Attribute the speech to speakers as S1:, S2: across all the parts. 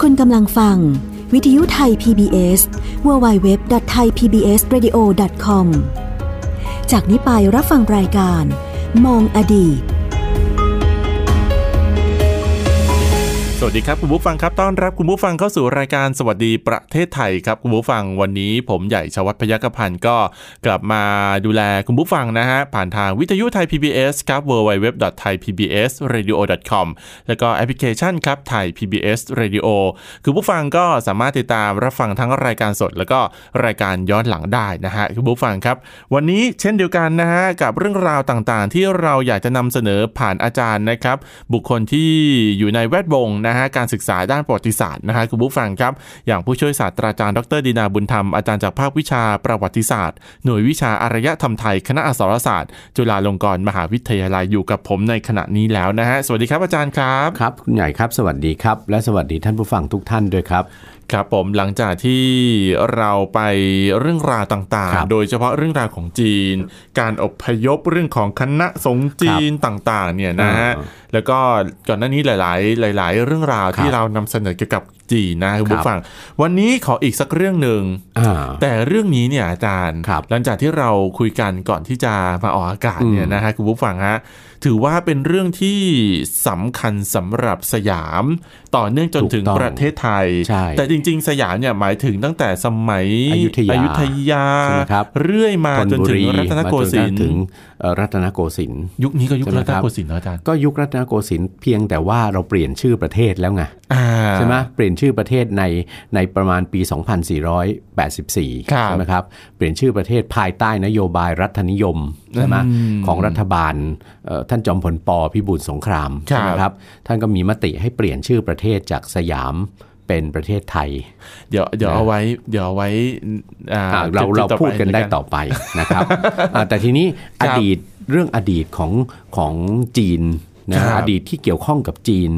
S1: คุณกำลังฟัง วิทยุไทย PBS www.thaipbsradio.com จากนี้ไปรับฟังรายการ มองอดีต
S2: สวัสดีครับคุณผู้ฟังครับต้อนรับคุณผู้ฟังเข้าสู่รายการสวัสดีประเทศไทยครับคุณผู้ฟังวันนี้ผมใหญ่ชวัฒน์พยัคฆพันธ์ก็กลับมาดูแลคุณผู้ฟังนะฮะผ่านทางวิทยุไทย PBS ครับ www.thaipbsradio.com แล้วก็แอปพลิเคชันครับไทย PBS Radio คุณผู้ฟังก็สามารถติดตามรับฟังทั้งรายการสด แล้วก็รายการย้อนหลังได้นะฮะคุณผู้ฟังครับ วันนี้เช่นเดียวกันนะฮะกับเรื่องราวต่างๆ ที่เราอยากจะนำเสนอผ่านอาจารย์นะครับ บุคคลที่อยู่ในแวดวงนะฮะการศึกษาด้านประวัติศาสตร์นะฮะคุณผู้ฟังครับ อย่างผู้ช่วยศาสตราจารย์ดรดินาบุญธรรมอาจารย์จากภาควิชาประวัติศาสตร์ หน่วยวิชาอารยธรรมไทยคณะอักษรศาสตร์ จุฬาลงกรณ์มหาวิทยาลัยอยู่กับผมในขณะนี้แล้วนะฮะสวัสดีครับอาจารย์ครับ
S3: ครับคุณใหญ่ครับสวัสดีครับ และสวัสดีท่านผู้ฟังทุกท่านด้วยครับ
S2: ครับผมหลังจากที่เราไปเรื่องราวต่าง
S3: ครับ
S2: ๆ โดยเฉพาะเรื่องราวของจีน การอพยพเรื่องของคณะสงฆ์จีนต่างๆเนี่ยนะฮะ
S3: อ่า
S2: แล้วก็ก่อนหน้านี้หลาย ๆ หลาย ๆ เรื่องราวที่
S3: ครับ
S2: เรานำเสนอเกี่ยวกับจีนนะคุณ
S3: ครับ
S2: ผู้ฟัง วันนี้ขออีกสักเรื่องหนึ่ง
S3: อ่า
S2: แต่เรื่องนี้เนี่ยอาจารย์
S3: ครับ
S2: หลังจากที่เราคุยกันก่อนที่จะมาออกอากาศเนี่ยนะฮะคุณผู้ฟังฮะถือว่าเป็นเรื่องที่สำคัญสำหรับสยาม ต่อเนื่องจนถึง
S3: ถูกต้อง
S2: ประเทศไทย
S3: ใช่
S2: แต่จริงๆ สยามเนี่ยหมายถึงตั้งแต่สมัย
S3: อยุธยา
S2: ธยา
S3: ใช่ไหมครับ
S2: เรื่อยมาจนถึงรัตนโกสินท
S3: มาจถึง
S2: ร์
S3: เอ่อรัตนโกสินทร์
S2: ยุคนี้ก็ยุค
S3: ใช่ไหม
S2: รัต
S3: ครั
S2: น
S3: บ
S2: โกสินทร์เนอะอาจารย์
S3: ก็ยุครัตนโกสินทร์เพียงแต่ว่าเราเปลี่ยนชื่อประเทศแล้วไง
S2: อ่า
S3: ใช่ไหมเปลี่ยนชื่อประเทศในในประมาณปี 2484
S2: ครับ
S3: ใช่ไหมครับเปลี่ยนชื่อประเทศภายใต้นโยบายรัฐนิยมใช่ไหม
S2: อืม
S3: ของรัฐบาลเอ่อท่านจอมพลปพิบูลสงคราม
S2: ครับ
S3: ใช่ไหมครับท่านก็มีมติให้เปลี่ยนชื่อประเทศจากสยามเป็นประเทศไทย
S2: เดี๋ยวเดี๋ยวเอาไว้ เดี๋ยวเอาไว้อ่า
S3: อ่ะเรา
S2: จุ
S3: เรา
S2: ต่อป
S3: พูดกันได้
S2: แล้ว
S3: ต่อไป นะครับ อ่ะแต่ทีนี้
S2: ครั
S3: อบ ดีตเรื่องอดีตของของจีนนะครับอดีตที่เกี่ยวข้องกับจีน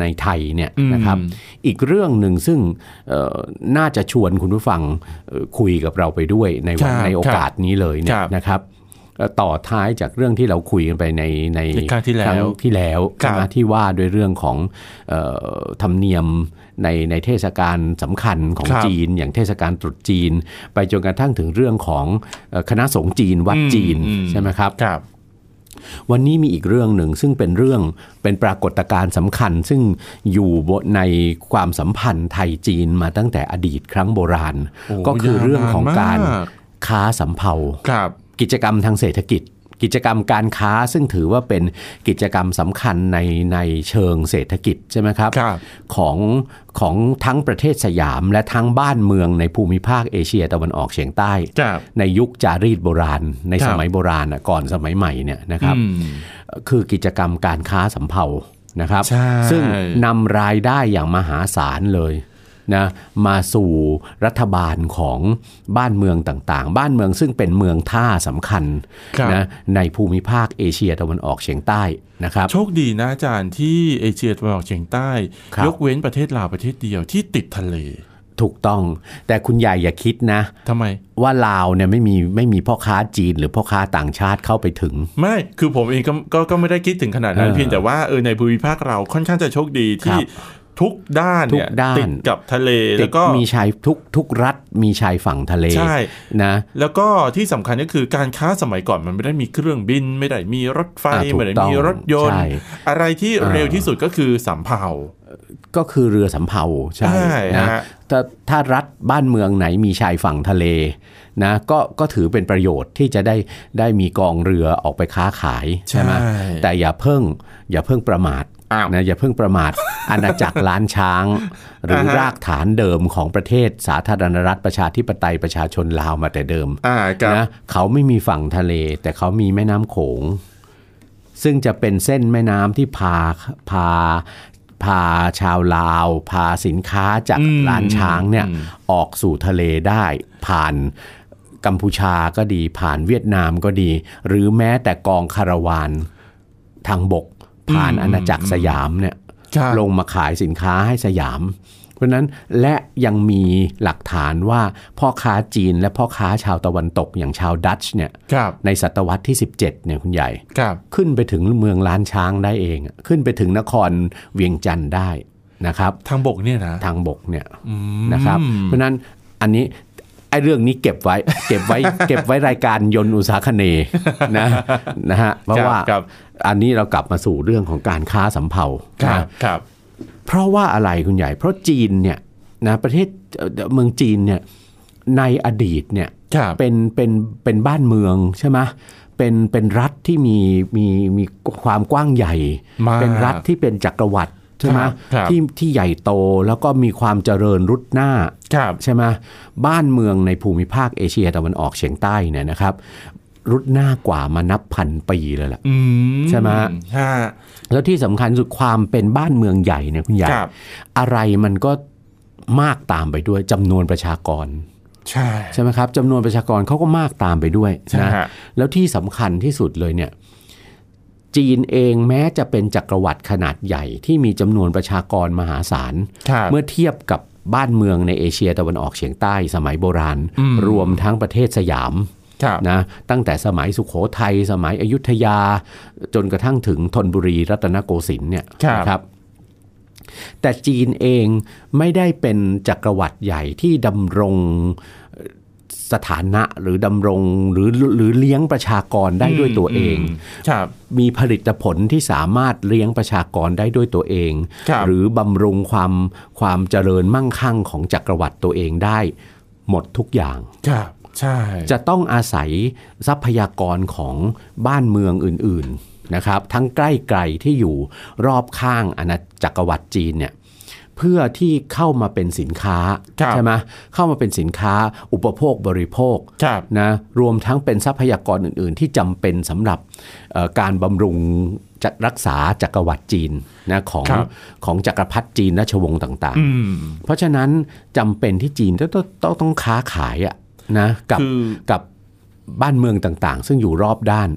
S3: ในไทยเนี่ย
S2: อืม
S3: นะครับ อีกเรื่องหนึ่งซึ่งเอ่อน่าจะชวนคุณผู้ฟังเอ่อคุยกับเราไปด้วยใน
S2: ค
S3: วั
S2: น รับ
S3: ในโอกาสนี้เลยเนี่
S2: ค
S3: ย
S2: รับ
S3: นะครับเอ่อต่อท้ายจากเรื่องที่เราคุยกันไปในใน
S2: ในครั้งที่แล้ว
S3: ที่แล้ว
S2: ครับ
S3: ใช่ไหมที่ว่าด้วยเรื่องของเออธรรมเนียมในในเทศกาลสำคัญของ
S2: ครับ
S3: จีน จีนอย่างเทศกาลตรุษจีน ไปจนกระทั่งถึงเรื่องของเอ่อคณะสงฆ์จีนวัดจีน
S2: อืม
S3: ใช่ไหมครับ
S2: ครับ
S3: วันนี้มีอีกเรื่องหนึ่งซึ่งเป็นเรื่องเป็นปรากฏการณ์สำคัญ ซึ่งอยู่บนในความสัมพันธ์ไทยจีนมาตั้งแต่อดีตครั้งโบราณ
S2: โอ้
S3: ก็คือเรื่องของการ
S2: ยาวนานมาก
S3: ค้าสำเภา
S2: ครับ
S3: กิจกรรมทางเศรษฐกิจ กิจกรรมการค้าซึ่งถือว่าเป็นกิจกรรมสำคัญในในเชิงเศรษฐกิจใช่ไหมครับ
S2: ครับ
S3: ของของทั้งประเทศสยามและทั้งบ้านเมืองในภูมิภาคเอเชียตะวันออกเฉียงใต้
S2: ครับ
S3: ในยุคจารีตโบราณ ใน
S2: ครับ
S3: สมัยโบราณน่ะก่อนสมัยใหม่เนี่ยนะครับ
S2: อืม
S3: คือกิจกรรมการค้าสำเภานะครับ
S2: ใช่
S3: ซึ่งนำรายได้อย่างมหาศาลเลยนะมาสู่รัฐบาลของบ้านเมืองต่างๆ บ้านเมืองซึ่งเป็นเมืองท่าสำคัญ
S2: ครับ
S3: นะในภูมิภาคเอเชียตะวันออกเฉียงใต้นะครับ
S2: โชคดีนะอาจารย์ที่เอเชียตะวันออกเฉียงใต้
S3: ครับ
S2: ยกเว้นประเทศลาวประเทศเดียวที่ติดทะเล
S3: ถูกต้อง แต่คุณใหญ่อย่าคิดนะ
S2: ทำไม
S3: ว่าลาวเนี่ยไม่มีไม่มีพ่อค้าจีนหรือพ่อค้าต่างชาติเข้าไปถึง
S2: ไม่คือผมเองก็ก็ก็ไม่ได้คิดถึงขนาดนั้น
S3: เออ
S2: เพียงแต่ว่าเออในภูมิภาคเราค่อนข้างจะโชคดีที่
S3: ครับ
S2: ทุกด้านเนี่ย
S3: ทุกด้าน
S2: ติดกับทะเล
S3: ติ
S2: แล้
S3: ด
S2: วก็
S3: มีชายทุกทุกรัฐมีชายฝั่งทะเล
S2: ใช่
S3: นะ
S2: แล้วก็ที่สำคัญก็คือการค้าสมัยก่อนมันไม่ได้มีเครื่องบิน ไม่ได้มีรถไฟ
S3: อ่าถู
S2: ไม่
S3: ก
S2: ได้
S3: ต้อง
S2: มีรถยนต์
S3: ใช่
S2: อะไรที่
S3: เออ
S2: เร็วที่สุดก็คือสำเภา
S3: ก็คือเรือสำเภาใช่
S2: ใช่
S3: นะ
S2: ฮะ
S3: ถ้าถ้ารัฐบ้านเมืองไหนมีชายฝั่งทะเลนะก็ก็ถือเป็นประโยชน์ที่จะได้ได้มีกองเรือออกไปค้าขายใช่ไหม
S2: ใช่
S3: แต่อย่าเพิ่งอย่าเพิ่งประมาท
S2: อ้าว
S3: นะอย่าเพิ่งประมาท อาณาจักรล้านช้าง หรืออา
S2: ฮะ
S3: รากฐานเดิมของประเทศสาธารณรัฐประชาธิปไตยประชาชนลาวมาแต่เดิม
S2: อ่ากับ
S3: นะเขาไม่มีฝั่งทะเล แต่เขามีแม่น้ำโขง ซึ่งจะเป็นเส้นแม่น้ำที่พาพาพาชาวลาว พาสินค้าจากร้านช้างเนี่ยออกสู่ทะเลได้ ผ่านกัมพูชาก็ดี ผ่านเวียดนามก็ดี หรือแม้แต่กองคาราวานทางบก ผ่านอาณาจักรสยามเนี่ย
S2: ครับ
S3: ลงมาขายสินค้าให้สยาม เพราะฉะนั้นและยังมีหลักฐานว่าพ่อค้าจีนและพ่อค้าชาวตะวันตกอย่างชาวดัตช์เนี่ย
S2: ครับ
S3: ในศตวรรษที่ 17เนี่ยคุณใหญ่
S2: ครับ
S3: ขึ้นไปถึงเมืองล้านช้างได้เองอะขึ้นไปถึงนครเวียงจันทร์ได้ นะครับ
S2: ทางบกเนี่ยนะ
S3: ทางบกเนี่ย
S2: อืม
S3: นะครับ เพราะฉะนั้นอันนี้ไอ้เรื่องนี้เก็บไว้ เก็บไว้เก็บไว้รายการยนต์อุตสาคเนย์นะนะฮะเพราะว่า
S2: ครับ
S3: อันนี้เรากลับมาสู่เรื่องของการค้าสำเภา
S2: ครั
S3: นะ
S2: บครับ
S3: เพราะว่าอะไรคุณใหญ่ เพราะจีนเนี่ยนะประเทศเอ่อเมืองจีนเนี่ยในอดีตเนี่ย
S2: ครับ
S3: เป็นเป็นเป็นบ้านเมืองใช่ไหมเป็นเป็นรัฐที่มีมีมีความกว้างใหญ่
S2: มาก
S3: เป็นรัฐที่เป็นจักรวรรดิใช่ไหม
S2: ครับครับ
S3: ที่ที่ใหญ่โตแล้วก็มีความเจริญรุดหน้า
S2: ครับ
S3: ใช่ไหมบ้านเมืองในภูมิภาคเอเชียตะวันออกเฉียงใต้เนี่ยนะครับ รุดหน้ากว่ามานับพันปีเลยล่ะ
S2: อืม
S3: ใช่ไหมฮะ
S2: ฮะ
S3: แล้วที่สำคัญสุดความเป็นบ้านเมืองใหญ่เนี่ยคุณใหญ่
S2: ครับ
S3: อะไรมันก็มากตามไปด้วยจำนวนประชากร
S2: ใช่
S3: ใช่ไหมครับจำนวนประชากรเขาก็มากตามไปด้วย
S2: ใช่
S3: นะ
S2: ฮะ
S3: แล้วที่สำคัญที่สุดเลยเนี่ยจีนเองแม้จะเป็นจักรวรรดิขนาดใหญ่ที่มีจำนวนประชากรมหาศาล
S2: ครับ
S3: เมื่อเทียบกับบ้านเมืองในเอเชียตะวันออกเฉียงใต้สมัยโบราณ
S2: อืม
S3: รวมทั้งประเทศสยาม
S2: ครับ
S3: นะตั้งแต่สมัยสุโขทัยสมัยอยุธยา จนกระทั่งถึงธนบุรีรัตนโกสินทร์เนี่ยนะครับ แต่จีนเองไม่ได้เป็นจักรวรรดิใหญ่ที่ดำรงเอ่อสถานะหรือดำรงหรือหรือเลี้ยงประชากรได้ด้วยตัวเอง
S2: มครับ
S3: มีผลิตผลที่สามารถเลี้ยงประชากรได้ด้วยตัวเอง
S2: ครับ
S3: หรือบำรุงความความเจริญมั่งคั่งของจักรวรรดิตัวเองได้ หมดทุกอย่าง
S2: ครับ ใช่
S3: จะต้องอาศัยทรัพยากรของบ้านเมืองอื่นๆนะครับ ทั้งใกล้ไกลที่อยู่รอบข้างอาณาจักรวรรดิจีนเนี่ยเพื่อที่เข้ามาเป็นสินค้า
S2: ครับ
S3: ใช่ไหมเข้ามาเป็นสินค้าอุปโภคบริโภค
S2: ครับ
S3: นะรวมทั้งเป็นทรัพยากรอื่น ๆ ที่จำเป็นสำหรับเอ่อการบำรุงจักรักษาจักรวรรดิจีนนะของ
S2: ครับ
S3: ของจักรพรรดิจีนราชวงศ์ต่าง
S2: อืม
S3: ๆ เพราะฉะนั้นจำเป็นที่จีนต้องต้องต้องต้องค้าขายอะนะกับ
S2: คือ
S3: กับบ้านเมืองต่างๆ ซึ่งอยู่รอบด้าน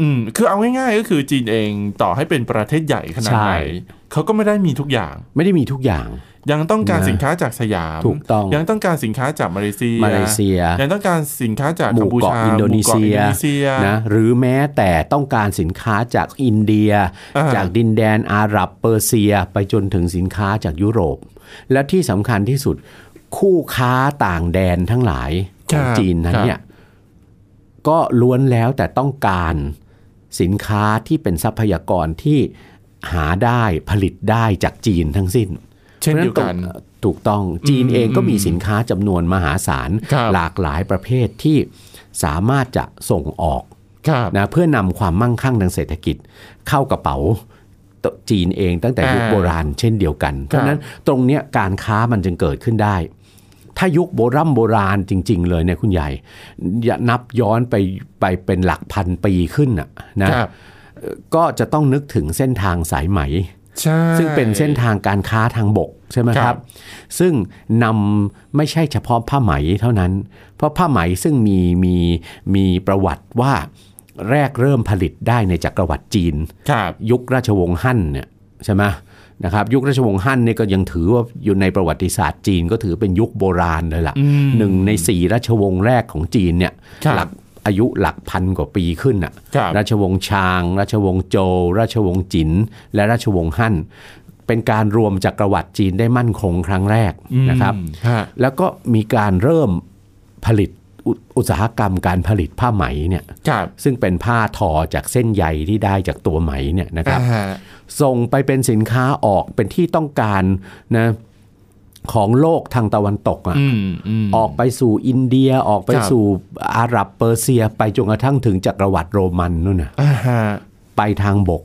S2: อืม คือเอาง่ายๆก็คือจีนเองต่อให้เป็นประเทศใหญ่ขนาด
S3: ใช่
S2: ไหนเขาก็ไม่ได้มีทุกอย่าง
S3: ไม่ได้มีทุกอย่าง
S2: ยังต้องการ
S3: นะ
S2: สินค้าจากสยาม
S3: ถูกต้อง
S2: ยังต้องการสินค้าจากมาเลเซีย
S3: มาเลเซีย
S2: ยังต้องการสินค้าจาก
S3: ห
S2: กัม
S3: มู่
S2: พู
S3: เกาะ
S2: ชา
S3: อินโดนี
S2: หมู่
S3: เซี
S2: เกาะอิน
S3: ย
S2: โดนีเซีย
S3: นะหรือแม้แต่ต้องการสินค้าจากอินเดีย
S2: อ่า
S3: จากดินแดนอาหรับเปอร์เซียไปจนถึงสินค้าจากยุโรป และที่สำคัญที่สุดคู่ค้าต่างแดนทั้งหลายของจีนนั้นเนี่ยก็ล้วนแล้วแต่ต้องการสินค้าที่เป็นทรัพยากรที่หาได้ผลิตได้จากจีนทั้งสิ้น
S2: เช่นเดียวกัน
S3: พราะฉะตรงถูกต้องจีนเองก็มีสินค้าจำนวนมหาศาล
S2: ครับ
S3: หลากหลายประเภทที่สามารถจะส่งออก
S2: ครับ
S3: นะเพื่อนำความมั่งคั่งทางเศรษฐกิจ เข้ากระเป๋าจีนเองตั้งแต่ยุค
S2: อ่า
S3: โบราณเช่นเดียวกัน เพราะฉะนั้นตรงเนี้ยการค้ามันจึงเกิดขึ้นได้ ถ้ายุคโบรำโบราณจริง ๆ เลยเนี่ยคุณใหญ่อย่านับย้อนไปไปเป็นหลักพันปีขึ้นน่ะนะครับ ก็จะต้องนึกถึงเส้นทางสายไหม
S2: ใช่
S3: ซึ่งเป็นเส้นทางการค้าทางบกใช่ไหม
S2: ค
S3: ค
S2: รั
S3: รับ
S2: บ
S3: ซึ่งนำไม่ใช่เฉพาะผ้าไหมเท่านั้น เพราะผ้าไหมซึ่งมีมีมีประวัติว่าแรกเริ่มผลิตได้ในจักรวรรดิจีน
S2: ครับ
S3: ยุคราชวงศ์ฮั่นเนี่ยใช่ไหมนะครับยุคราชวงศ์ฮั่นเนี่ยก็ยังถือว่าอยู่ในประวัติศาสตร์จีนก็ถือเป็นยุคโบราณเลย
S2: อืม
S3: ละ่ะหนึ่งในสี่ราชวงศ์แรกของจีนเนี่ย
S2: ครับ
S3: หลักอายุหลักพันกว่าปีขึ้นน่ะ
S2: ครับ
S3: ชวงศ์ชาง ราชวงศ์โจวราชวงศ์จิน และราชวงศ์ฮั่นเป็นการรวมจักรวรรดิจีนได้มั่นคงครั้งแรกนะครับ
S2: ฮะ
S3: แล้วก็มีการเริ่มผลิตอุอุตสาหกรรมการผลิตผ้าไหมเนี่ย
S2: ครับ
S3: ซึ่งเป็นผ้าทอจากเส้นใยที่ได้จากตัวไหมเนี่ยนะครับ
S2: อ่าฮะ
S3: ส่งไปเป็นสินค้าออกเป็นที่ต้องการนะของโลกทางตะวันตกอะ
S2: อืมอืม
S3: ออกไปสู่อินเดียออกไป
S2: ครับ
S3: สู่อาหรับเปอร์เซียไปจนกระทั่งถึงจักรวรรดิโรมันนู่นนะ
S2: อ่าฮะ
S3: ไปทางบก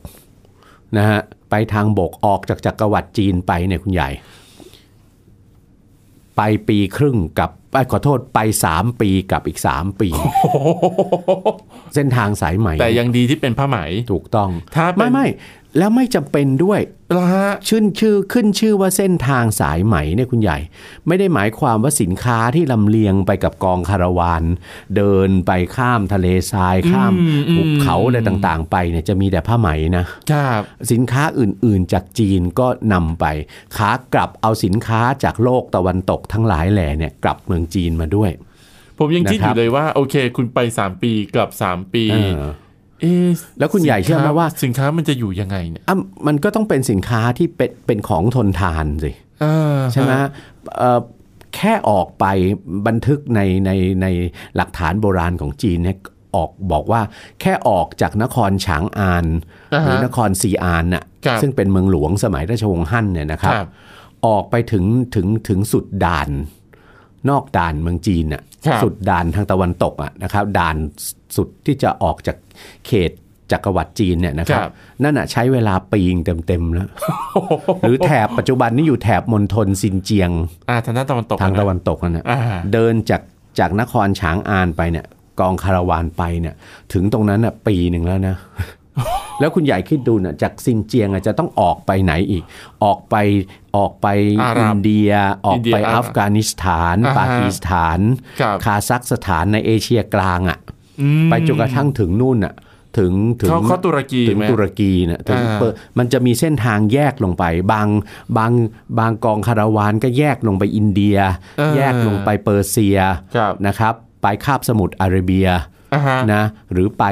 S3: นะฮะไปทางบกออกจากจักรวรรดิจีนไปเนี่ยคุณใหญ่ ไปปีครึ่งกับเอ้ยขอโทษไปสามปีกับอีกสามปี เส้นทางสายใหม่
S2: แต่ยังดีที่เป็นผ้าไหม
S3: ถูกต้อง
S2: ถ้าเป็น
S3: ไม่ไม่แล้วไม่จำเป็นด้วย
S2: ละฮะ
S3: ชื่นชื่อขึ้นชื่อว่าเส้นทางสายไหมเนี่ยคุณใหญ่ ไม่ได้หมายความว่าสินค้าที่ลำเลียงไปกับกองคาราวาน เดินไปข้ามทะเลทรายข้าม
S2: อืมอืม
S3: หุบเขาอะไรต่างๆ ไปเนี่ยจะมีแต่ผ้าไหมนะครับ สินค้าอื่นๆ จากจีนก็นำไปขากลับเอาสินค้าจากโลกตะวันตกทั้งหลายแหล่เนี่ยกลับเมืองจีนมาด้วย
S2: ผมยังคิด
S3: นะ
S2: อ
S3: ครับ
S2: ยู่เลยว่า โอเค คุณไป 3 ปีกลับ 3 ปี
S3: เออ
S2: เอ๊ะ
S3: แล้วคุณใหญ่เชื่อไหมว่า
S2: สินค้ามันจะอยู่ยังไงเนี่ย
S3: อ่ะมันก็ต้องเป็นสินค้าที่เป็นเป็นของทนทานสิ
S2: อ่า
S3: ใช่ไหมเอ่อแค่ออกไปบันทึกในในในหลักฐานโบราณของจีนเนี่ยออกบอกว่าแค่ออกจากนครฉางอาน
S2: าฮะ
S3: หรือนครซีอานน่ะ
S2: ครับ
S3: ซึ่งเป็นเมืองหลวงสมัยราชวงศ์ฮั่นเนี่ยนะครับ
S2: ครับ
S3: ออกไปถึงถึงถึงสุดด่าน นอกด่านเมืองจีนน่ะ
S2: ครับ
S3: สุดด่านทางตะวันตกอ่ะนะครับด่านสุดที่จะออกจากเขตจักรวรรดิจีนเนี่ยนะครับ นั่นอ่ะใช้เวลาปีงเต็มๆแล้ว หรือแถบปัจจุบันนี่อยู่แถบมณฑลซินเจียง
S2: อ่าทางด้านตะวันตก
S3: ทางตะวันตกนั่นนะ
S2: อ่า
S3: เดินจากจากนครฉางอานไปเนี่ยกองคาราวานไปเนี่ยถึงตรงนั้นน่ะปีหนึ่งแล้วนะ แล้วคุณใหญ่คิดดูน่ะจากซินเจียงอ่ะจะต้องออกไปไหนอีก ออกไปออกไป
S2: อาหรับ
S3: อินเดียออ
S2: อิ
S3: ก
S2: นเดีย
S3: ไป
S2: อาหรับ
S3: อัฟกานิสถาน
S2: อ่าฮะ
S3: ปากีสถาน
S2: ครับ
S3: ซัคสถานในเอเชียกลางอ่ะ
S2: อืม
S3: ไปจนกระทั่งถึงนู่นน่ะถึงถึง
S2: เขาเขาตุรกี
S3: ถึง
S2: ไหม
S3: ตุรกีนะถึง
S2: อ่า
S3: เปิดมันจะมีเส้นทางแยกลงไป บางบางบางกองคาราวานก็แยกลงไปอินเดีย
S2: เออ
S3: แยกลงไปเปอร์เซีย
S2: ครับ
S3: นะครับ ไปคาบสมุทรอาระเบีย
S2: อ่าฮะ
S3: นะหรือไป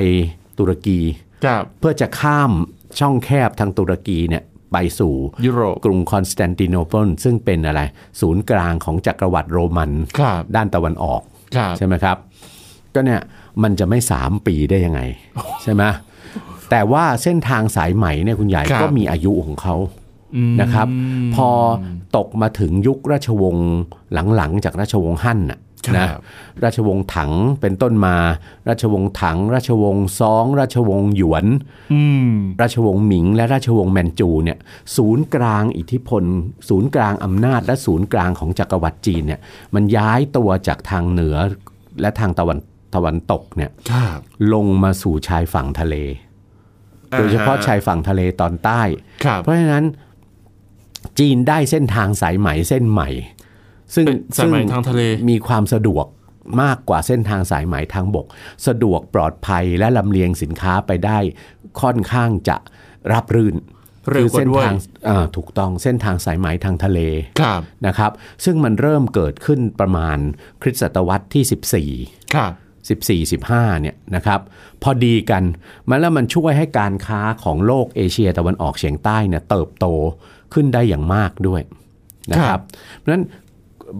S3: ตุรกี
S2: ครับ
S3: เพื่อจะข้ามช่องแคบทางตุรกีเนี่ยไปสู่
S2: ยุโรป
S3: กรุงคอนสแตนติโนเปิลซึ่งเป็นอะไร ศูนย์กลางของจักรวรรดิโรมัน
S2: ครับ
S3: ด้านตะวันออก
S2: ครับ
S3: ใช่ไหมครับ ก็เนี่ยมันจะไม่ 3 ปีได้ยังไง ใช่ไหมแต่ว่าเส้นทางสายไหมเนี่ยคุณใหญ่
S2: ครับ
S3: ก็มีอายุของเขา
S2: อืม
S3: นะครับ พอตกมาถึงยุคราชวงศ์หลังๆ จากราชวงศ์ฮั่นน่ะ
S2: ครับ
S3: นะราชวงศ์ถังเป็นต้นมา ราชวงศ์ถัง ราชวงศ์ซอง ราชวงศ์หยวน
S2: อืม
S3: ราชวงศ์หมิง และราชวงศ์แมนจูเนี่ยศูนย์กลางอิทธิพล ศูนย์กลางอำนาจและศูนย์กลางของจักรวรรดิจีนเนี่ยมันย้ายตัวจากทางเหนือและทางตะวันตะวันตกเนี่ย
S2: ครับ
S3: ลงมาสู่ชายฝั่งทะเล โดยเฉพาะชายฝั่งทะเลตอนใต้
S2: ครับ
S3: เพราะฉะนั้นจีนได้เส้นทางสายไหมเส้นใหม่ ซึ่ง
S2: เป็นสายไหมทางทะเล
S3: มีความสะดวกมากกว่าเส้นทางสายไหมทางบก สะดวกปลอดภัยและลำเลียงสินค้าไปได้ค่อนข้างจะรับรื่น
S2: เร็วกว่า
S3: เส้น
S2: ด้วย
S3: ทางอ่าถูกต้องเส้นทางสายไหมทางทะเล
S2: ครับ
S3: นะครับ ซึ่งมันเริ่มเกิดขึ้นประมาณคริสตศตวรรษที่ 14
S2: ครับ
S3: 14 15เนี่ยนะครับพอดีกันมันแล้วมันช่วยให้การค้าของโลกเอเชียตะวันออกเฉียงใต้เนี่ยเติบโตขึ้นได้อย่างมากด้วยนะค
S2: ครั
S3: รับบ เพราะฉะนั้น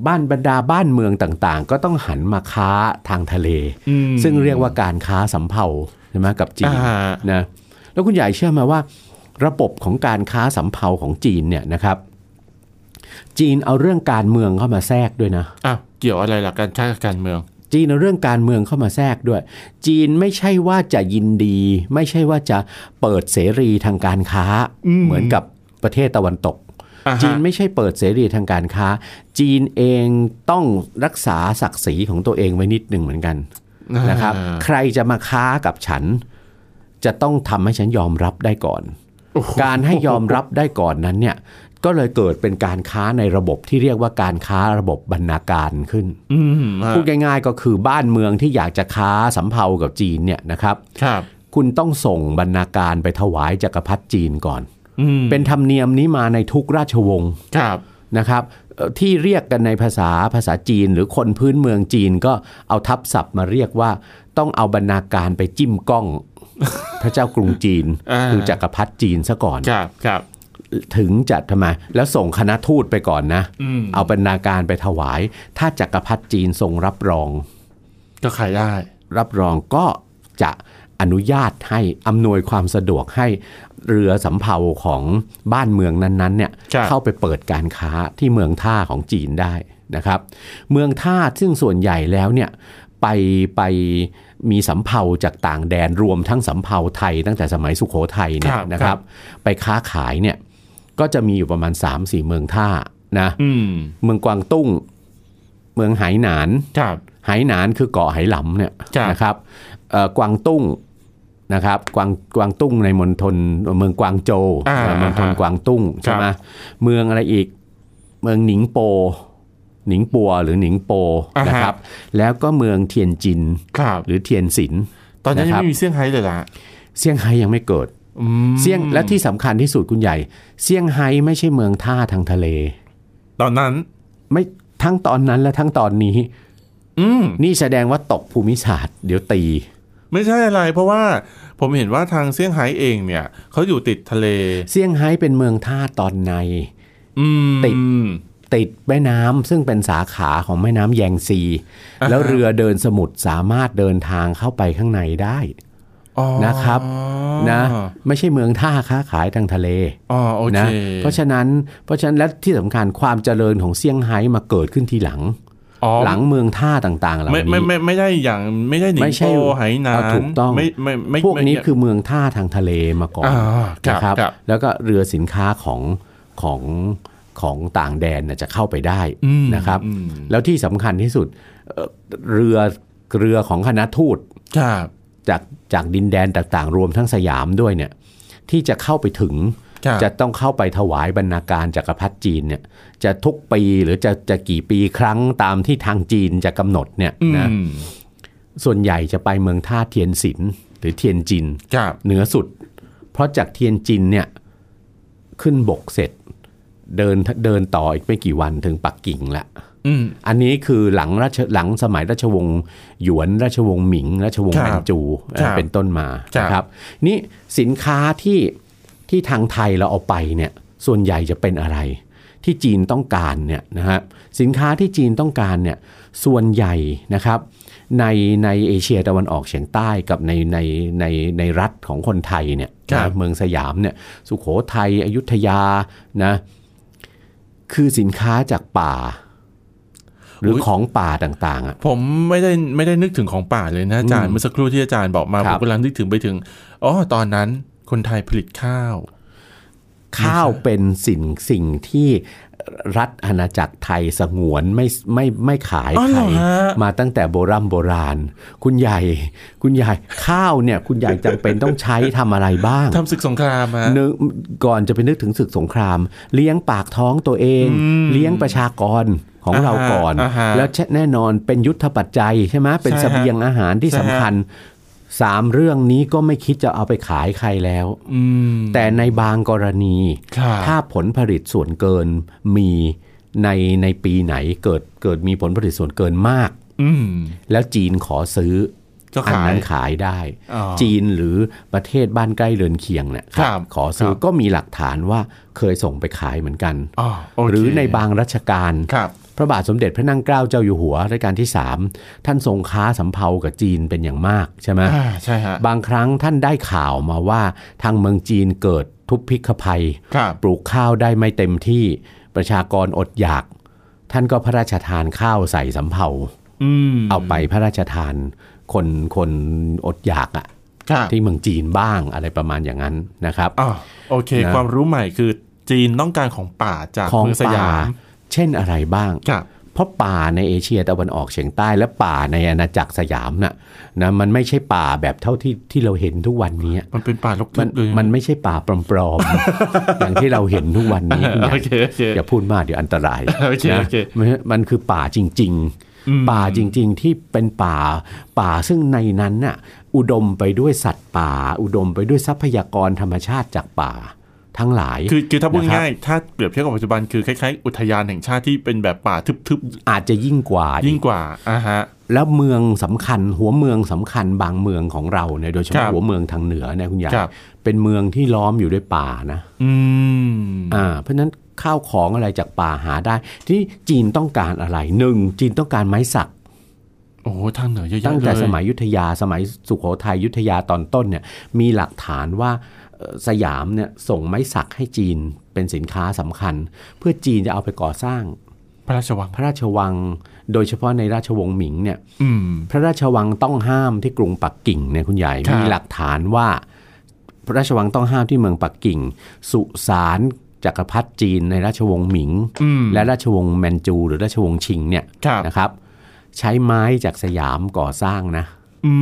S3: บ้านบรรดาบ้านเมืองต่างๆ ก็ต้องหันมาค้าทางทะเล
S2: อืม
S3: ซึ่งเรียกว่าการค้าสำเภาใช่ไหมกับจีน
S2: อ่า
S3: นะแล้วคุณใหญ่เชื่อไหมว่า ระบบของการค้าสำเภาของจีนเนี่ยนะครับจีนเอาเรื่องการเมืองเข้ามาแทรกด้วยนะ
S2: อ่ะเกี่ยวอะไรล่ะการค้ากับการเมือง
S3: จีนเอาเรื่องการเมืองเข้ามาแทรกด้วย จีนไม่ใช่ว่าจะยินดี ไม่ใช่ว่าจะเปิดเสรีทางการค้า
S2: อืม
S3: เหมือนกับประเทศตะวันตก
S2: อ่าฮะ
S3: จีนไม่ใช่เปิดเสรีทางการค้า จีนเองต้องรักษาศักดิ์ศรีของตัวเองไว้นิดหนึ่งเหมือนกันนะครับ
S2: อ่า
S3: ใครจะมาค้ากับฉัน จะต้องทำให้ฉันยอมรับได้ก่อน
S2: โอ้โห
S3: การให้ยอมรับได้ก่อนนั้นเนี่ยก็เลยเกิดเป็นการค้าในระบบที่เรียกว่าการค้าระบบบรรณาการขึ้น
S2: อืมฮะ
S3: พูดง่ายๆก็คือบ้านเมืองที่อยากจะค้าสำเภากับจีนเนี่ยนะครับ
S2: ครับ
S3: คุณต้องส่งบรรณาการไปถวายจักรพรรดิจีนก่อน
S2: อืม
S3: เป็นธรรมเนียมนี้มาในทุกราชวงศ์
S2: ครับ
S3: นะครับเอ่อที่เรียกกันในภาษาภาษาจีนหรือคนพื้นเมืองจีนก็เอาทับศัพท์มาเรียกว่าต้องเอาบรรณาการไปจิ้ม กล้อง พระเจ้ากรุงจีน
S2: อ่า
S3: คือจักรพรรดิจีนซะก่อน
S2: ครับครับ
S3: ถึงจะทำไมแล้วส่งคณะทูตไปก่อนนะ
S2: อืม
S3: เอาบรรณาการไปถวาย ถ้าจักรพรรดิจีนทรงรับรอง
S2: ก็ขายได้
S3: รับรองก็จะอนุญาตให้อำนวยความสะดวกให้เรือสำเภาของบ้านเมืองนั้นๆเนี่ย
S2: ครับ
S3: เข้าไปเปิดการค้าที่เมืองท่าของจีนได้นะครับ เมืองท่าซึ่งส่วนใหญ่แล้วเนี่ยไปไปมีสำเภาจากต่างแดนรวมทั้งสำเภาไทยตั้งแต่สมัยสุโขทัยเนี่ยนะครับ ไปค้าขายเนี่ยก็จะมีอยู่ประมาณ 3-4 เมืองท่านะ
S2: อืม
S3: เมืองกวางตุ้ง เมืองไหหนาน
S2: ครับ
S3: ไหหนานคือเกาะไหหลำเนี่ย
S2: ครับ
S3: นะครับเอ่อกวางตุ้งนะครับกวางกวางตุ้งในมณฑลเมืองกวางโจว
S2: อ่า
S3: เอ่อมณฑลกวางตุ้งใช่ไหมเมืองอะไรอีก เมืองหนิงโป หนิงปัวหรือหนิงโป
S2: อ่าฮะ
S3: นะครับ แล้วก็เมืองเทียนจิน
S2: ครับ
S3: หรือเทียนสิน
S2: ตอนนั้นยัง
S3: นะครับ
S2: ไม่มีเซี่ยงไฮ้เลยล่ะ
S3: เซี่ยงไฮ้ยังไม่เกิด
S2: อืม
S3: เซี่ยงและที่สำคัญที่สุดคุณใหญ่ เซี่ยงไฮ้ไม่ใช่เมืองท่าทางทะเล
S2: ตอนนั้น
S3: ไม่ทั้งตอนนั้นและทั้งตอนนี้
S2: อืม
S3: นี่แสดงว่าตกภูมิศาสตร์ เดี๋ยวตี
S2: ไม่ใช่อะไรเพราะว่าผมเห็นว่าทางเซี่ยงไฮ้เองเนี่ยเขาอยู่ติดทะเล
S3: เซี่ยงไฮ้เป็นเมืองท่าตอนใน
S2: อืม
S3: ติด ติดแม่น้ำซึ่งเป็นสาขาของแม่น้ำแยงซี
S2: อ่าฮะ
S3: แล้วเรือเดินสมุทรสามารถเดินทางเข้าไปข้างในได้
S2: อ๋อ
S3: นะครับ นะไม่ใช่เมืองท่าค้าขายทางทะเล
S2: อ๋อโอเค
S3: นะเพราะฉะนั้นเพราะฉะนั้นและที่สำคัญความเจริญของเซี่ยงไฮ้มาเกิดขึ้นทีหลัง
S2: อ๋อ
S3: หลังเมืองท่าต่างๆเหล่า
S2: ไม่
S3: นี้
S2: ไม่ไม่ไม่ได้อย่างไม่ได้หนิ
S3: ไม่
S2: ง
S3: ใช่
S2: โปไหหนาน
S3: อ่าถูกต้อง
S2: ไม่ไม่ไม่
S3: พวกนี้คือเมืองท่าทางทะเลมาก่อน
S2: อ่าครับ
S3: นะครับ
S2: ครับ
S3: แล้วก็เรือสินค้าของของของต่างแดนน่ะจะเข้าไปได้
S2: อืม
S3: นะครับ
S2: อืม
S3: แล้วที่สำคัญที่สุดเอ่อเรือเรือของคณะทูต
S2: ครับ
S3: จากจากดินแดนต่างๆ รวมทั้งสยามด้วยเนี่ยที่จะเข้าไปถึง
S2: ครับ
S3: จะต้องเข้าไปถวายบรรณาการจักรพรรดิจีนเนี่ยจะทุกปีหรือจะจะกี่ปีครั้งตามที่ทางจีนจะกำหนดเนี่ย
S2: อืม
S3: นะส่วนใหญ่จะไปเมืองท่าเทียนศินหรือเทียนจิน
S2: ครับ
S3: เหนือสุด เพราะจากเทียนจินเนี่ยขึ้นบกเสร็จ เดินเดินต่ออีกไม่กี่วันถึงปักกิ่งละ
S2: อืม
S3: อันนี้คือหลังราชหลังสมัยราชวงศ์หยวนราชวงศ์หมิง ราชวง
S2: ค
S3: ศ์
S2: รับ
S3: แมนจู
S2: ครับ
S3: เอ่อเป็นต้นมานะครับ นี่สินค้าที่ที่ทางไทยเราเอาไปเนี่ยส่วนใหญ่จะเป็นอะไร ที่จีนต้องการเนี่ยนะฮะสินค้าที่จีนต้องการเนี่ยส่วนใหญ่นะครับในในเอเชียตะวันออกเฉียงใต้กับในในในในรัฐของคนไทยเนี่ย
S2: ครับ
S3: นะเมืองสยามเนี่ยสุโขทัยอยุธยานะคือสินค้าจากป่า หรือของป่าต่างๆอ่ะ
S2: ผมไม่ได้ไม่ได้นึกถึงของป่าเลยนะอาจารย์เมื่อสักครู่ที่อาจารย์บอกมา
S3: ค
S2: ผ
S3: รั
S2: ม
S3: บ
S2: กำลังนึกถึงไปถึงอ๋อตอนนั้นคนไทยผลิตข้าว
S3: ข้าวเป็นสิ่งสิ่งที่รัฐอาณาจักรไทยสงวนไม่ไม่ไม่ขาย
S2: อ๋อ
S3: ใค
S2: เหร
S3: ร
S2: อฮะ
S3: มาตั้งแต่โบรำโบราณ คุณใหญ่คุณใหญ่ข้าวเนี่ยคุณใหญ่จำเป็นต้องใช้ทำอะไรบ้าง
S2: ทำศึกสงครามมา
S3: นึกก่อนจะไปนึกถึงศึกสงคราม เลี้ยงปากท้องตัวเอง เลี้ยงประชากรของ
S2: อ่าฮะ
S3: เราก่อน
S2: อ่าฮะ
S3: แล้วแน่นอนเป็นยุทธปัจจัยใช่ไหมเป็น
S2: ใช่
S3: เส
S2: ฮะ
S3: บียงอาหารที่
S2: ใช่ฮะ
S3: สำคัญสามเรื่องนี้ก็ไม่คิดจะเอาไปขายใครแล้ว
S2: อืม
S3: แต่ในบางกรณี
S2: ครับ
S3: ถ้าผลผลิตส่วนเกินมีในในปีไหนเกิดเกิดมีผลผลิตส่วนเกินมาก
S2: อืม
S3: แล้วจีนขอซื้อ
S2: ก็
S3: อัน
S2: ขาย
S3: นั้นขายได้
S2: อ๋อ
S3: จีนหรือประเทศบ้านใกล้เรือนเคียงเนี่ย
S2: ครับ
S3: ขอซื้
S2: ค
S3: อ
S2: รับ
S3: ก็มีหลักฐานว่าเคยส่งไปขายเหมือนกัน
S2: อ๋อโเค
S3: หรือในบางรัชกาล
S2: ครับ
S3: พระบาทสมเด็จพระนั่งเกล้าเจ้าอยู่หัวรัชกาลที่ 3 ท่านทรงค้าสำเภากับจีนเป็นอย่างมากใช่ไหม
S2: อ่าใช่ฮะ
S3: บางครั้งท่านได้ข่าวมาว่าทางเมืองจีนเกิดทุพพิฆภัย
S2: ครับ
S3: ปลูกข้าวได้ไม่เต็มที่ประชากรอดอยาก ท่านก็พระราชทานข้าวใส่สำเภา
S2: อืม
S3: เอาไปพระราชทานคนคนอดอยากอะ
S2: ครับ
S3: ที่เมืองจีนบ้างอะไรประมาณอย่างนั้นนะครับ
S2: อ๋อโอเค
S3: นะ
S2: ความรู้ใหม่คือจีนต้องการของป่าจาก
S3: ของ
S2: เมืองส
S3: ป่าย
S2: าม
S3: เช่นอะไรบ้าง
S2: ครับ
S3: เพราะป่าในเอเชียตะวันออกเฉียงใต้และป่าในอาณาจักรสยามน่ะนะมันไม่ใช่ป่าแบบเท่าที่ที่เราเห็นทุกวันนี้
S2: มันเป็นป่ารกทึ
S3: มัน
S2: บเลย
S3: มันไม่ใช่ป่าปลอมๆ อย่างที่เราเห็นทุกวันนี้ คุณใหญ่
S2: โอเคโอเค
S3: อย่าพูดมากเดี๋ยวอันตราย
S2: โอเค
S3: นะ
S2: โอเค
S3: มันมันคือป่าจริง ๆ ป่าจริง ๆ ที่เป็นป่าป่าซึ่งในนั้นน่ะอุดมไปด้วยสัตว์ป่า อุดมไปด้วยทรัพยากรธรรมชาติจากป่าทั้งหลาย
S2: คือคือถ้าพูด
S3: นะครับ
S2: ง่ายๆถ้าเปรียบเทียบกับปัจจุบันคือคล้ายๆ อุทยานแห่งชาติที่เป็นแบบป่าทึบ
S3: อาจจะยิ่งกว่า
S2: ๆ ยิ่งกว่าอ่าฮะ
S3: แล้วเมืองสำคัญหัวเมืองสำคัญบางเมืองของเราเนี่ยโดยเฉ
S2: ครั
S3: พาะ
S2: บ
S3: หัวเมืองทางเหนือเนี่ยคุณใหญ่
S2: ครับ
S3: เป็นเมืองที่ล้อมอยู่ด้วยป่านะ
S2: อืม
S3: อ่าเพราะฉะนั้นข้าวของอะไรจากป่าหาได้ ที่จีนต้องการอะไรหนึ่งจีนต้องการไม้สัก
S2: โอ้โหทางเหนือเยอะๆ
S3: ตั้งแต่
S2: เล
S3: สมัยอยุทธยาสมัยสุโขทัยอยุทธยาตอนต้นเนี่ยมีหลักฐานว่าเอ่อสยามเนี่ยส่งไม้สักให้จีนเป็นสินค้าสำคัญ เพื่อจีนจะเอาไปก่อสร้าง
S2: พระราชวัง
S3: พระราชวัง โดยเฉพาะในราชวงศ์หมิงเนี่ย
S2: อืม
S3: พระราชวังต้องห้ามที่กรุงปักกิ่งเนี่ยคุณใหญ่
S2: ครับ
S3: มีหลักฐานว่า พระราชวังต้องห้ามที่เมืองปักกิ่ง สุสานจักรพรรดิจีนในราชวงศ์หมิง
S2: อืม
S3: และราชวงศ์แมนจู หรือราชวงศ์ชิงเนี่ย
S2: ครับ
S3: นะครับ ใช้ไม้จากสยามก่อสร้างนะ
S2: อื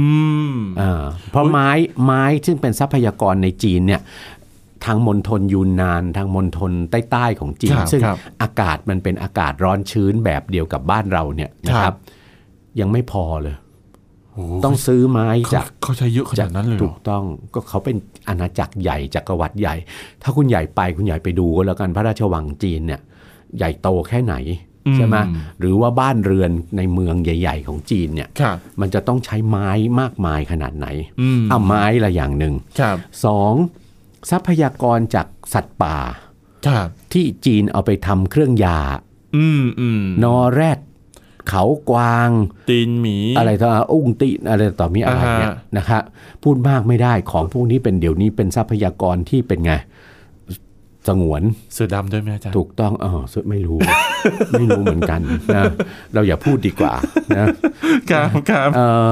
S2: ม
S3: เออเพราะไม้ไม้ซึ่งเป็นทรัพยากรในจีนเนี่ยทางมณฑลยูนนานทางมณฑลใต้ๆของจีน
S2: ครับ
S3: ซึ่ง
S2: ครับ
S3: อากาศมันเป็นอากาศร้อนชื้นแบบเดียวกับบ้านเราเนี่ยนะค
S2: ครั
S3: รับ บ ยังไม่พอเลย
S2: โอ้
S3: ต้องซื้อไม้
S2: จา
S3: จาก ก
S2: เขาใช้เยอะขนาดนั้นเลยเหร
S3: ถู
S2: อก
S3: ต้องก็เขาเป็นอาณาจักรใหญ่จักรวรรดิใหญ่ ถ้าคุณใหญ่ไปคุณใหญ่ไปดูก็แล้วกันพระราชวังจีนเนี่ยใหญ่โตแค่ไหน ใช่ไหมหรือว่าบ้านเรือนในเมืองใหญ่ ๆ ของจีนเนี่ย
S2: ครับ
S3: มันจะต้องใช้ไม้มากมายขนาดไหน
S2: อืม
S3: เอาไม้ละอย่างหนึ่ง
S2: ครับ
S3: สองทรัพยากรจากสัตว์ป่า
S2: ครับ
S3: ที่จีนเอาไปทำเครื่องยา
S2: อืมอืม
S3: นอแรดเขากวาง
S2: ตีนหมี
S3: อะไรต่ออุ้งติอะไรต่อมีอะไร
S2: อ่าฮะ
S3: เนี่ยนะครับพูดมากไม่ได้ของพวกนี้เป็นเดี๋ยวนี้เป็นทรัพยากรที่เป็นไง สงวน
S2: เสือดำด้วยไหมอาจารย์
S3: ถูกต้องอ๋อสุดไม่รู้ ไม่รู้เหมือน กันนะเราอย่าพูดดีกว่านะครับ
S2: ครับ
S3: เอ่อ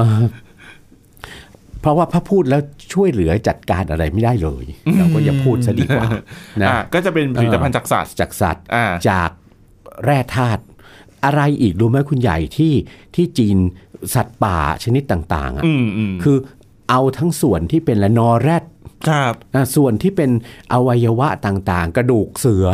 S3: เพราะว่าพระพูดแล้วช่วยเหลือจัดการอะไรไม่ได้เลย เราก็อย่าพูดซะดีกว่านะ
S2: อ่ะก็จะเป็นผลิตภัณฑ์จากสัตว์
S3: จากสัตว์
S2: อ่า
S3: จากแร่ธาตุอะไรอีกรู้ไหมคุณใหญ่ที่ที่จีนสัตว์ป่าชนิดต่างๆอะ
S2: อืมอืม
S3: คือเอาทั้งส่วนที่เป็นละนอแรด
S2: ครับ
S3: นะส่วนที่เป็นอวัยวะต่างๆ กระดูกเสือ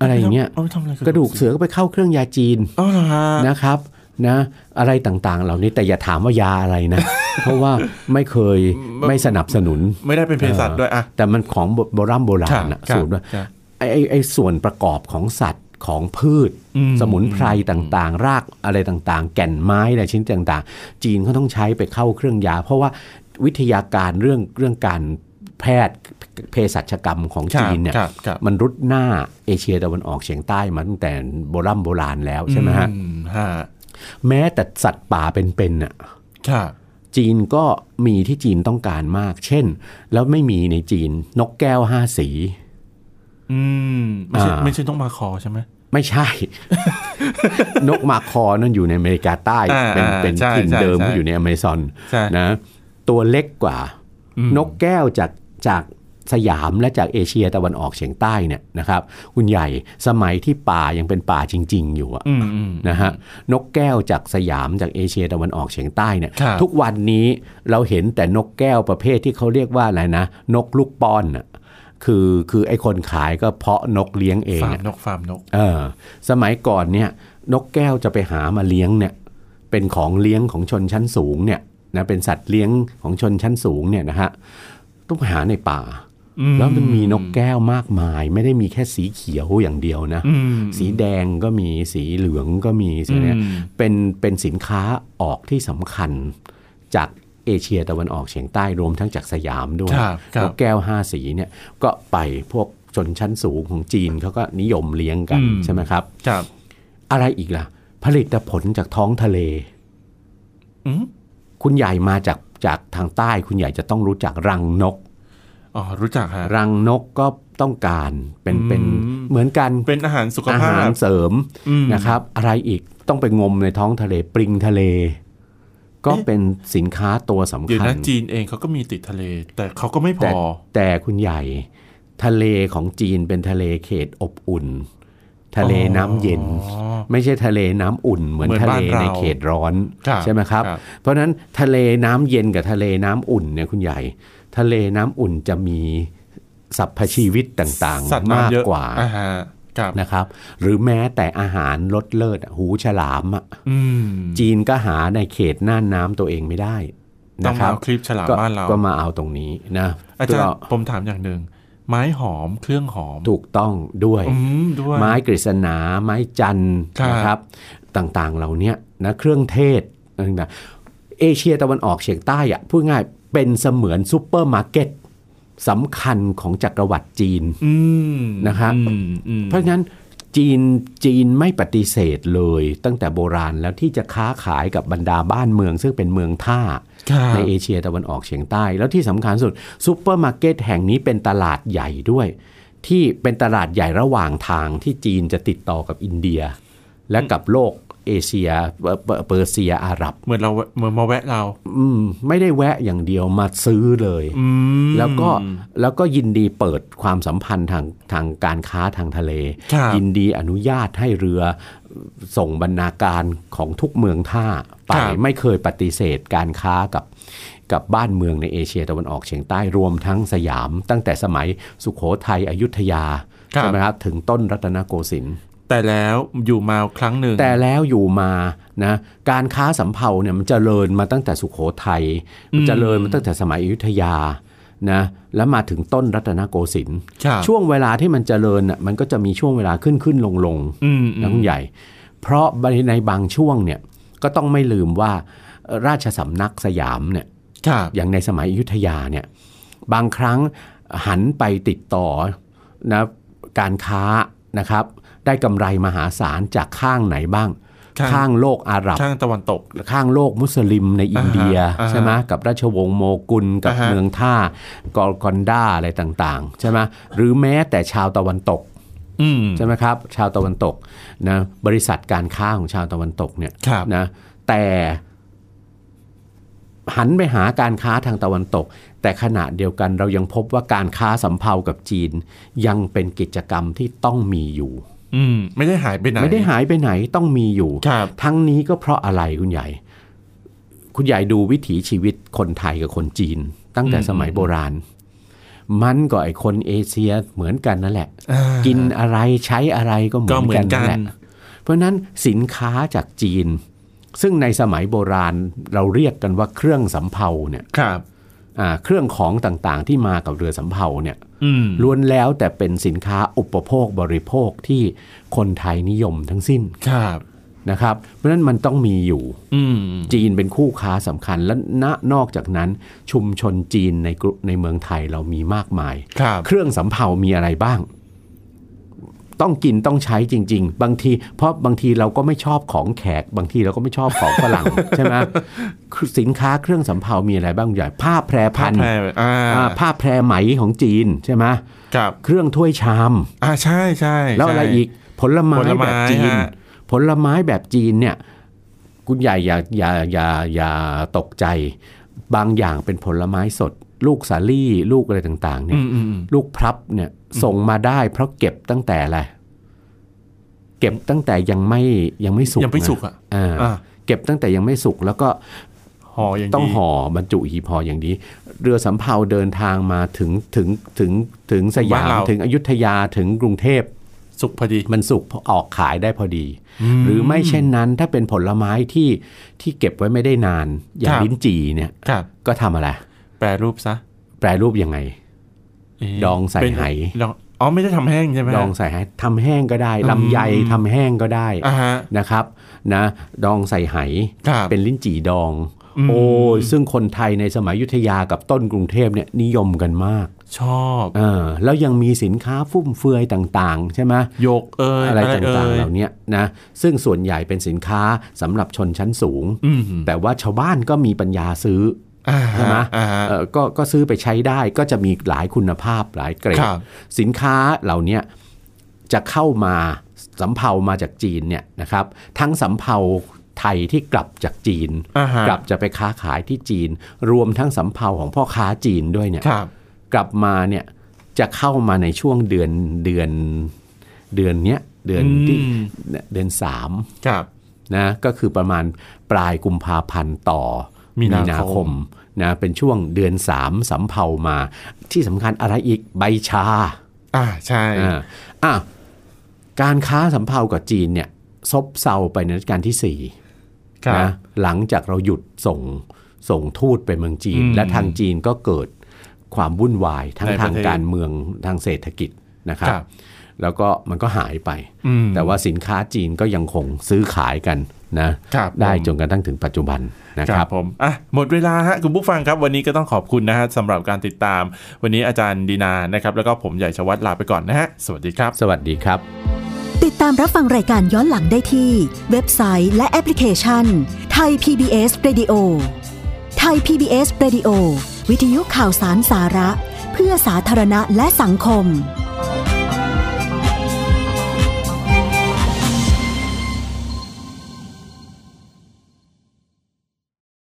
S3: อะไรอย่างเงี้ย
S2: เอาไปทำอะไรบ
S3: กระดูกเสือก็ไปเข้าเครื่องยาจีน
S2: เอ๋อเหรอฮะ
S3: นะครับนะอะไรต่างๆ เหล่านี้แต่อย่าถามว่ายาอะไรนะ เพราะว่าไม่เคยไม่สนับสนุน
S2: ไม่ได้เป็นเภสัชด้วยอ่ะ
S3: แต่มันของโบโบราณโบราณ
S2: ครับ
S3: อะ
S2: ครับ
S3: สูตรว่า
S2: ครับ
S3: ไอ้ไอ้ไอ้ส่วนประกอบของสัตว์ของพืช
S2: อืม
S3: สมุนไพรต่างๆ รากอะไรต่างๆ แก่นไม้อะไรชิ้นดต่างๆ จีนเขาต้องใช้ไปเข้าเครื่องยา เพราะว่าวิทยาการเรื่องเรื่องการแพทย์เภสัชกรรมของจีนเนี่ย
S2: ครับครับ
S3: มันรุดหน้าเอเชียตะวันออกเฉียงใต้มาตั้งแต่โบราณโบราณแล้วใช่ไหมฮะ
S2: อืมฮะ
S3: แม้แต่สัตว์ป่าเป็นๆน่ะ
S2: ครับ
S3: จีนก็มีที่จีนต้องการมาก เช่น แล้วไม่มีในจีนนกแก้วห้าสี
S2: อืมไม่ใช่
S3: อ่า
S2: ไม่ใช่ต้องมาคอใช่ไหม
S3: ไม่ใช่ นกมาคอนั่นอยู่ในอเมริกาใต้
S2: อ่า
S3: เป็น
S2: อ่า
S3: เป็น
S2: ใช่
S3: ถิ่น
S2: ใช่
S3: เดิม
S2: ใช่
S3: ก็อยู่ในอเมซอน
S2: ใช่
S3: นะ ตัวเล็กกว่า นกแก้วจากจากสยามและจากเอเชียตะวันออกเฉียงใต้เนี่ยนะครับ คุณใหญ่สมัยที่ป่ายังเป็นป่าจริง ๆ อยู่อะ
S2: อืมอืม
S3: นะฮะนกแก้วจากสยามจากเอเชียตะวันออกเฉียงใต้เนี่ย
S2: ครับ
S3: ทุกวันนี้เราเห็นแต่นกแก้วประเภทที่เขาเรียกว่าอะไรนะ นกลูกป้อนน่ะคือคือไอ้คนขายก็เพาะนกเลี้ยงเอง
S2: ฟาร์ม
S3: อะ
S2: นกฟาร์มนก
S3: เออสมัยก่อนเนี่ยนกแก้วจะไปหามาเลี้ยงเนี่ยเป็นของเลี้ยงของชนชั้นสูงเนี่ยนะเป็นสัตว์เลี้ยงของชนชั้นสูงเนี่ยนะฮะต้องไปหาในป่า
S2: อืม
S3: แล้วมันมีนกแก้วมากมาย ไม่ได้มีแค่สีเขียวอย่างเดียวนะ
S2: อืม
S3: สีแดงก็มีสีเหลืองก็มีสีเนี้ย
S2: อืม
S3: เป็นเป็นสินค้าออกที่สำคัญจากเอเชียตะวันออกเฉียงใต้รวมทั้งจากสยามด้วย
S2: ครับคนรับ
S3: กแก้วห้าสีเนี่ยก็ไปพวกชนชั้นสูงของจีนเขาก็นิยมเลี้ยงกัน
S2: อืม
S3: ใช่ไหมครับ
S2: ครับ
S3: อะไรอีกล่ะ ผลิตผลจากท้องทะเล
S2: อืม
S3: คุณใหญ่มาจากจากทางใต้คุณใหญ่จะต้องรู้จักรังนก
S2: อ๋อรู้จักฮะ
S3: รังนกก็ต้องการเป็นเป็น
S2: อืม
S3: เหมือนกัน
S2: เป็นอาหารสุข
S3: อา
S2: ภา
S3: หา
S2: พ
S3: รเสริม
S2: อืม
S3: นะครับ อะไรอีกต้องไปงมในท้องทะเลปริงทะเล ก็
S2: เอ๊ะ
S3: เป็นสินค้าตัวสำ
S2: เดี๋ยว
S3: คัญ
S2: นะจีนเองเขาก็มีติดทะเล แต่เขาก็ไม่พ
S3: แต่
S2: อ
S3: แต่คุณใหญ่ ทะเลของจีนเป็นทะเลเขตอบอุ่น ทะเลน้ำเย็น
S2: อ๋อ
S3: ไม่ใช่ทะเลน้ำอุ่น เหมือน
S2: เหมือน
S3: ทะเล
S2: บ้านเรา
S3: ในเขตร้อน
S2: ครับ
S3: ใช่ไหมครับ
S2: ครับ
S3: เพราะฉะนั้นทะเลน้ำเย็นกับทะเลน้ำอุ่นเนี่ยคุณใหญ่ ทะเลน้ำอุ่นจะมีสัพพชีวิตต่าง
S2: สัตว์
S3: ๆ มาก
S2: น้ำเยอะ
S3: กว่า
S2: อ่าฮะครับ
S3: นะครับหรือแม้แต่อาหารรสเลิศอะหูฉลามอะ
S2: อืม
S3: จีนก็หาในเขตน่านน้ำตัวเองไม่ได้
S2: ต้อ
S3: นะ
S2: ง
S3: ค
S2: มา
S3: รับ
S2: เอาคลิปฉลาม
S3: ก็
S2: บ้านเรา
S3: ก็มาเอาตรงนี้นะ
S2: อาจาร
S3: ก็
S2: ย์ผมถามอย่างหนึ่งไม้หอมเครื่องหอม
S3: ถูกต้องด้วย
S2: อืมด้วย
S3: ไม้กฤษณา ไม้จันทร์
S2: ครับ
S3: นะครับ ต่างๆเหล่าเนี้ยนะเครื่องเทศต่างๆเอเชียตะวันออกเฉียงใต้อะพูดง่ายเป็นเสมือนซูเปอร์มาร์เก็ตสำคัญของจักรวรรดิจีน
S2: อืม
S3: นะครับ
S2: อืมอืม
S3: เพราะฉะนั้นจีนจีนไม่ปฏิเสธเลยตั้งแต่โบราณแล้วที่จะค้าขายกับบรรดาบ้านเมือง ซึ่งเป็นเมืองท่า
S2: ครับ
S3: ในเอเชียตะวันออกเฉียงใต้ แล้วที่สำคัญสุดซูเปอร์มาร์เก็ตแห่งนี้เป็นตลาดใหญ่ด้วย ที่เป็นตลาดใหญ่ระหว่างทางที่จีนจะติดต่อกับอินเดีย และกับโลกเอเชียเปเปเปอร์เซียอาหรับ
S2: เหมือนเราแวะเหมือนมาแวะเรา
S3: อืมไม่ได้แวะอย่างเดียวมาซื้อเลย
S2: อืม
S3: แล้วก็แล้วก็ยินดีเปิดความสัมพันธ์ทางทางการค้าทางทะเล
S2: ครับ
S3: ยินดีอนุญาตให้เรือส่งบรรณาการของทุกเมืองท่าไปไม่เคยปฏิเสธการค้ากับกับบ้านเมืองในเอเชียตะวันออกเฉียงใต้รวมทั้งสยาม ตั้งแต่สมัยสุขโขทัยอยุธยาใช่ไหมครับถึงต้นรัตนโกสินทร์
S2: แต่แล้วอยู่มาครั้งหนึ่ง
S3: แต่แล้วอยู่มานะการค้าสำเภาเนี่ยมันเจริญมาตั้งแต่สุโขทัยมันเจริญมาตั้งแต่สมัยอยุธยา นะแล้วมาถึงต้นรัตนโกสินทร์
S2: ครับ
S3: ช่วงเวลาที่มันเจริญน่ะมันก็จะมีช่วงเวลาขึ้นขึ้นลงลงๆ
S2: อืม
S3: นะคุณใหญ่ เพราะในบางช่วงเนี่ยก็ต้องไม่ลืมว่าเอ่อราชสำนักสยามเนี่ย
S2: ครับ
S3: อย่างในสมัยอยุธยาเนี่ยบางครั้งหันไปติดต่อนะการค้านะครับ ได้กำไรมหาศาลจากข้างไหนบ้าง ข้างโลกอาหรับ
S2: ข้างตะวันตก
S3: ข้างโลกมุสลิมในอินเดีย
S2: อ่าฮะ
S3: ใช่ไหมกับราชวงศ์โมกุลกับ
S2: อ่าฮะ
S3: เมืองท่ากอลกอนดาอะไรต่างๆใช่ไหมหรือแม้แต่ชาวตะวันตก
S2: อืม
S3: ใช่ไหมครับชาวตะวันตกนะบริษัทการค้าของชาวตะวันตกเนี่ย
S2: ครับ
S3: นะแต่หันไปหาการค้าทางตะวันตก แต่ขณะเดียวกันเรายังพบว่าการค้าสำเภากับจีน ยังเป็นกิจกรรมที่ต้องมีอยู่
S2: อืมไม่ได้หายไปไหน
S3: ไม่ได้หายไปไหนต้องมีอยู่
S2: ครับ
S3: ทั้งนี้ก็เพราะอะไรคุณใหญ่ คุณใหญ่ดูวิถีชีวิตคนไทยกับคนจีน ตั้งแต่
S2: อืม
S3: สมัยโบราณ มันก็ไอคนเอเชียเหมือนกันนั่นแหละ
S2: อ่า
S3: กินอะไรใช้อะไรก็เหมื
S2: ก็
S3: อน
S2: เหมื
S3: กั
S2: อน น
S3: นั่
S2: กันน
S3: แหละ เพราะฉะนั้นสินค้าจากจีน ซึ่งในสมัยโบราณเราเรียกกันว่าเครื่องสำเภาเนี่ย
S2: ครับ
S3: อ่าเครื่องของต่างๆที่มากับเรือสำเภาเนี่ย
S2: อืม
S3: ล้วนแล้วแต่เป็นสินค้าอุปโภคบริโภคที่คนไทยนิยมทั้งสิ้น
S2: ครับ
S3: นะครับ เพราะฉะนั้นมันต้องมีอยู่
S2: อืม
S3: จีนเป็นคู่ค้าสำคัญและณนอกจากนั้นชุมชนจีนในกรุในเมืองไทยเรามีมากมาย
S2: ครับ
S3: เครื่องสำเภามีอะไรบ้าง ต้องกินต้องใช้จริง ๆ บางที เพราะบางทีเราก็ไม่ชอบของแขก บางทีเราก็ไม่ชอบของฝรั่ง ใช่ไหมคือสินค้าเครื่องสำเภามีอะไรบ้างใหญ่ผ้าแพร
S2: ผ้า
S3: พัน
S2: แพรอ่า
S3: อ่าผ้าแพรไหมของจีนใช่ไหม
S2: ครับ
S3: เครื่องถ้วยชาม
S2: อ่าใช่ใช่
S3: แล้วอะไร
S2: ใช่
S3: อีกผลไม้
S2: ผลไม้
S3: แบบจีน
S2: ฮะ
S3: ผลไม้แบบจีนเนี่ยคุณใหญ่อย่าอย่าอย่าอย่าตกใจ บางอย่างเป็นผลไม้สด ลูกสาลี่ลูกอะไรต่างๆเนี่
S2: อื
S3: ย
S2: มอืมอืม
S3: ลูกพลับเนี่ยส่งมาได้เพราะเก็บตั้งแต่อะไรเก็บตั้งแต่ยังไม่ยังไม่สุก
S2: ยังไม่สุกอ่ะ
S3: นะอ่า
S2: อ่า
S3: เก็บตั้งแต่ยังไม่สุกแล้วก็
S2: ห่ออย่างดี
S3: ต้องห่อบรรจุหีบห่ออย่างดี เรือสำเภาเดินทางมาถึงถึงถึงถึงสยา
S2: บ้าน
S3: ม
S2: เรา
S3: ถึงอยุธยาถึงกรุงเทพ
S2: สุกพอดี
S3: มันสุกออกขายได้พอดี หรือไม่เช่นนั้นถ้าเป็นผลไม้ที่ที่เก็บไว้ไม่ได้นาน อย่า
S2: ค
S3: ง
S2: รับ
S3: ลิ้นจี่เนี่ย
S2: ครับ
S3: ก็ทำอะไร
S2: แปรรูปซะ
S3: แปรรูปยังไง
S2: เะ
S3: ดองใส่
S2: เป็น
S3: ไห
S2: ดองอ๋อไม่ได้ทำแห้งใช่ไหมฮะ
S3: ดองใส่ให้ทำแห้งก็ได้
S2: อืม
S3: ลำไยทำแห้งก็ได้
S2: อ่าฮะ
S3: นะครับนะดองใส่ไห
S2: ครับ
S3: เป็นลิ้นจี่ดอง
S2: อืม
S3: โอ้ยซึ่งคนไทยในสมัยอยุธยากับต้นกรุงเทพเนี่ยนิยมกันมาก
S2: ชอบ
S3: เออแล้วยังมีสินค้าฟุ่มเฟือยต่างๆ ใช่ไหม
S2: โยกเอย
S3: อะไรต่างๆ
S2: ย
S3: เหล่าเนี้ยนะซึ่งส่วนใหญ่เป็นสินค้าสำหรับชนชั้นสูง
S2: อืม
S3: แต่ว่าชาวบ้านก็มีปัญญาซื้อ
S2: อ่า
S3: ใช่ไหม
S2: อ่าฮะ
S3: เออก็ก็ซื้อไปใช้ได้ก็จะมีหลายคุณภาพหลายเกรด
S2: ครับ
S3: สินค้าเหล่าเนี้ยจะเข้ามาสำเภามาจากจีนเนี่ยนะครับ ทั้งสำเภาไทยที่กลับจากจีน
S2: อ่าฮะ
S3: กลับจะไปค้าขายที่จีน รวมทั้งสำเภาของพ่อค้าจีนด้วยเนี่ย
S2: ครับ
S3: กลับมาเนี่ยจะเข้ามาในช่วงเดือนเดือนเดือนเนี้ยเดือนที่
S2: อืม
S3: เดือนสาม
S2: ครับ
S3: นะก็คือประมาณปลายกุมภาพันธ์ต่อ
S2: มีนาคม
S3: นะเป็นช่วงเดือน 3สำเภามา ที่สำคัญอะไรอีกใบชา
S2: อ่าใช่
S3: อ่าอ่ะการค้าสำเภากับจีนเนี่ยซบเซาไปในรัชกาลที่สี่
S2: ครับ
S3: นะหลังจากเราหยุดส่งส่งทูตไปเมืองจีน
S2: อืม
S3: และทางจีนก็เกิดความวุ่นวายทั้ง
S2: ในประเทศ
S3: ทางการเมืองทางเศรษฐกิจนะครั
S2: ค
S3: บ
S2: รับ
S3: แล้วก็มันก็หายไป
S2: อืม
S3: แต่ว่าสินค้าจีนก็ยังคงซื้อขายกันนะครับ ได้
S2: ผม
S3: จนกระทั่งถึงปัจจุบันนะ
S2: ค
S3: ค
S2: รั
S3: รั
S2: บบ ผมอ่ะหมดเวลาฮะคุณผู้ฟังครับ วันนี้ก็ต้องขอบคุณนะฮะสำหรับการติดตาม วันนี้อาจารย์ดีนานะครับ แล้วก็ผมใหญ่ชวัตลาไปก่อนนะฮะ สวัสดีครับ
S3: สวัสดีครับ
S1: ติดตามรับฟังรายการย้อนหลังได้ที่ เว็บไซต์และแอปพลิเคชันไทย PBS Radio ไทย PBS Radio วิทยุข่าวสารสาระ เพื่อสาธารณะและสังคม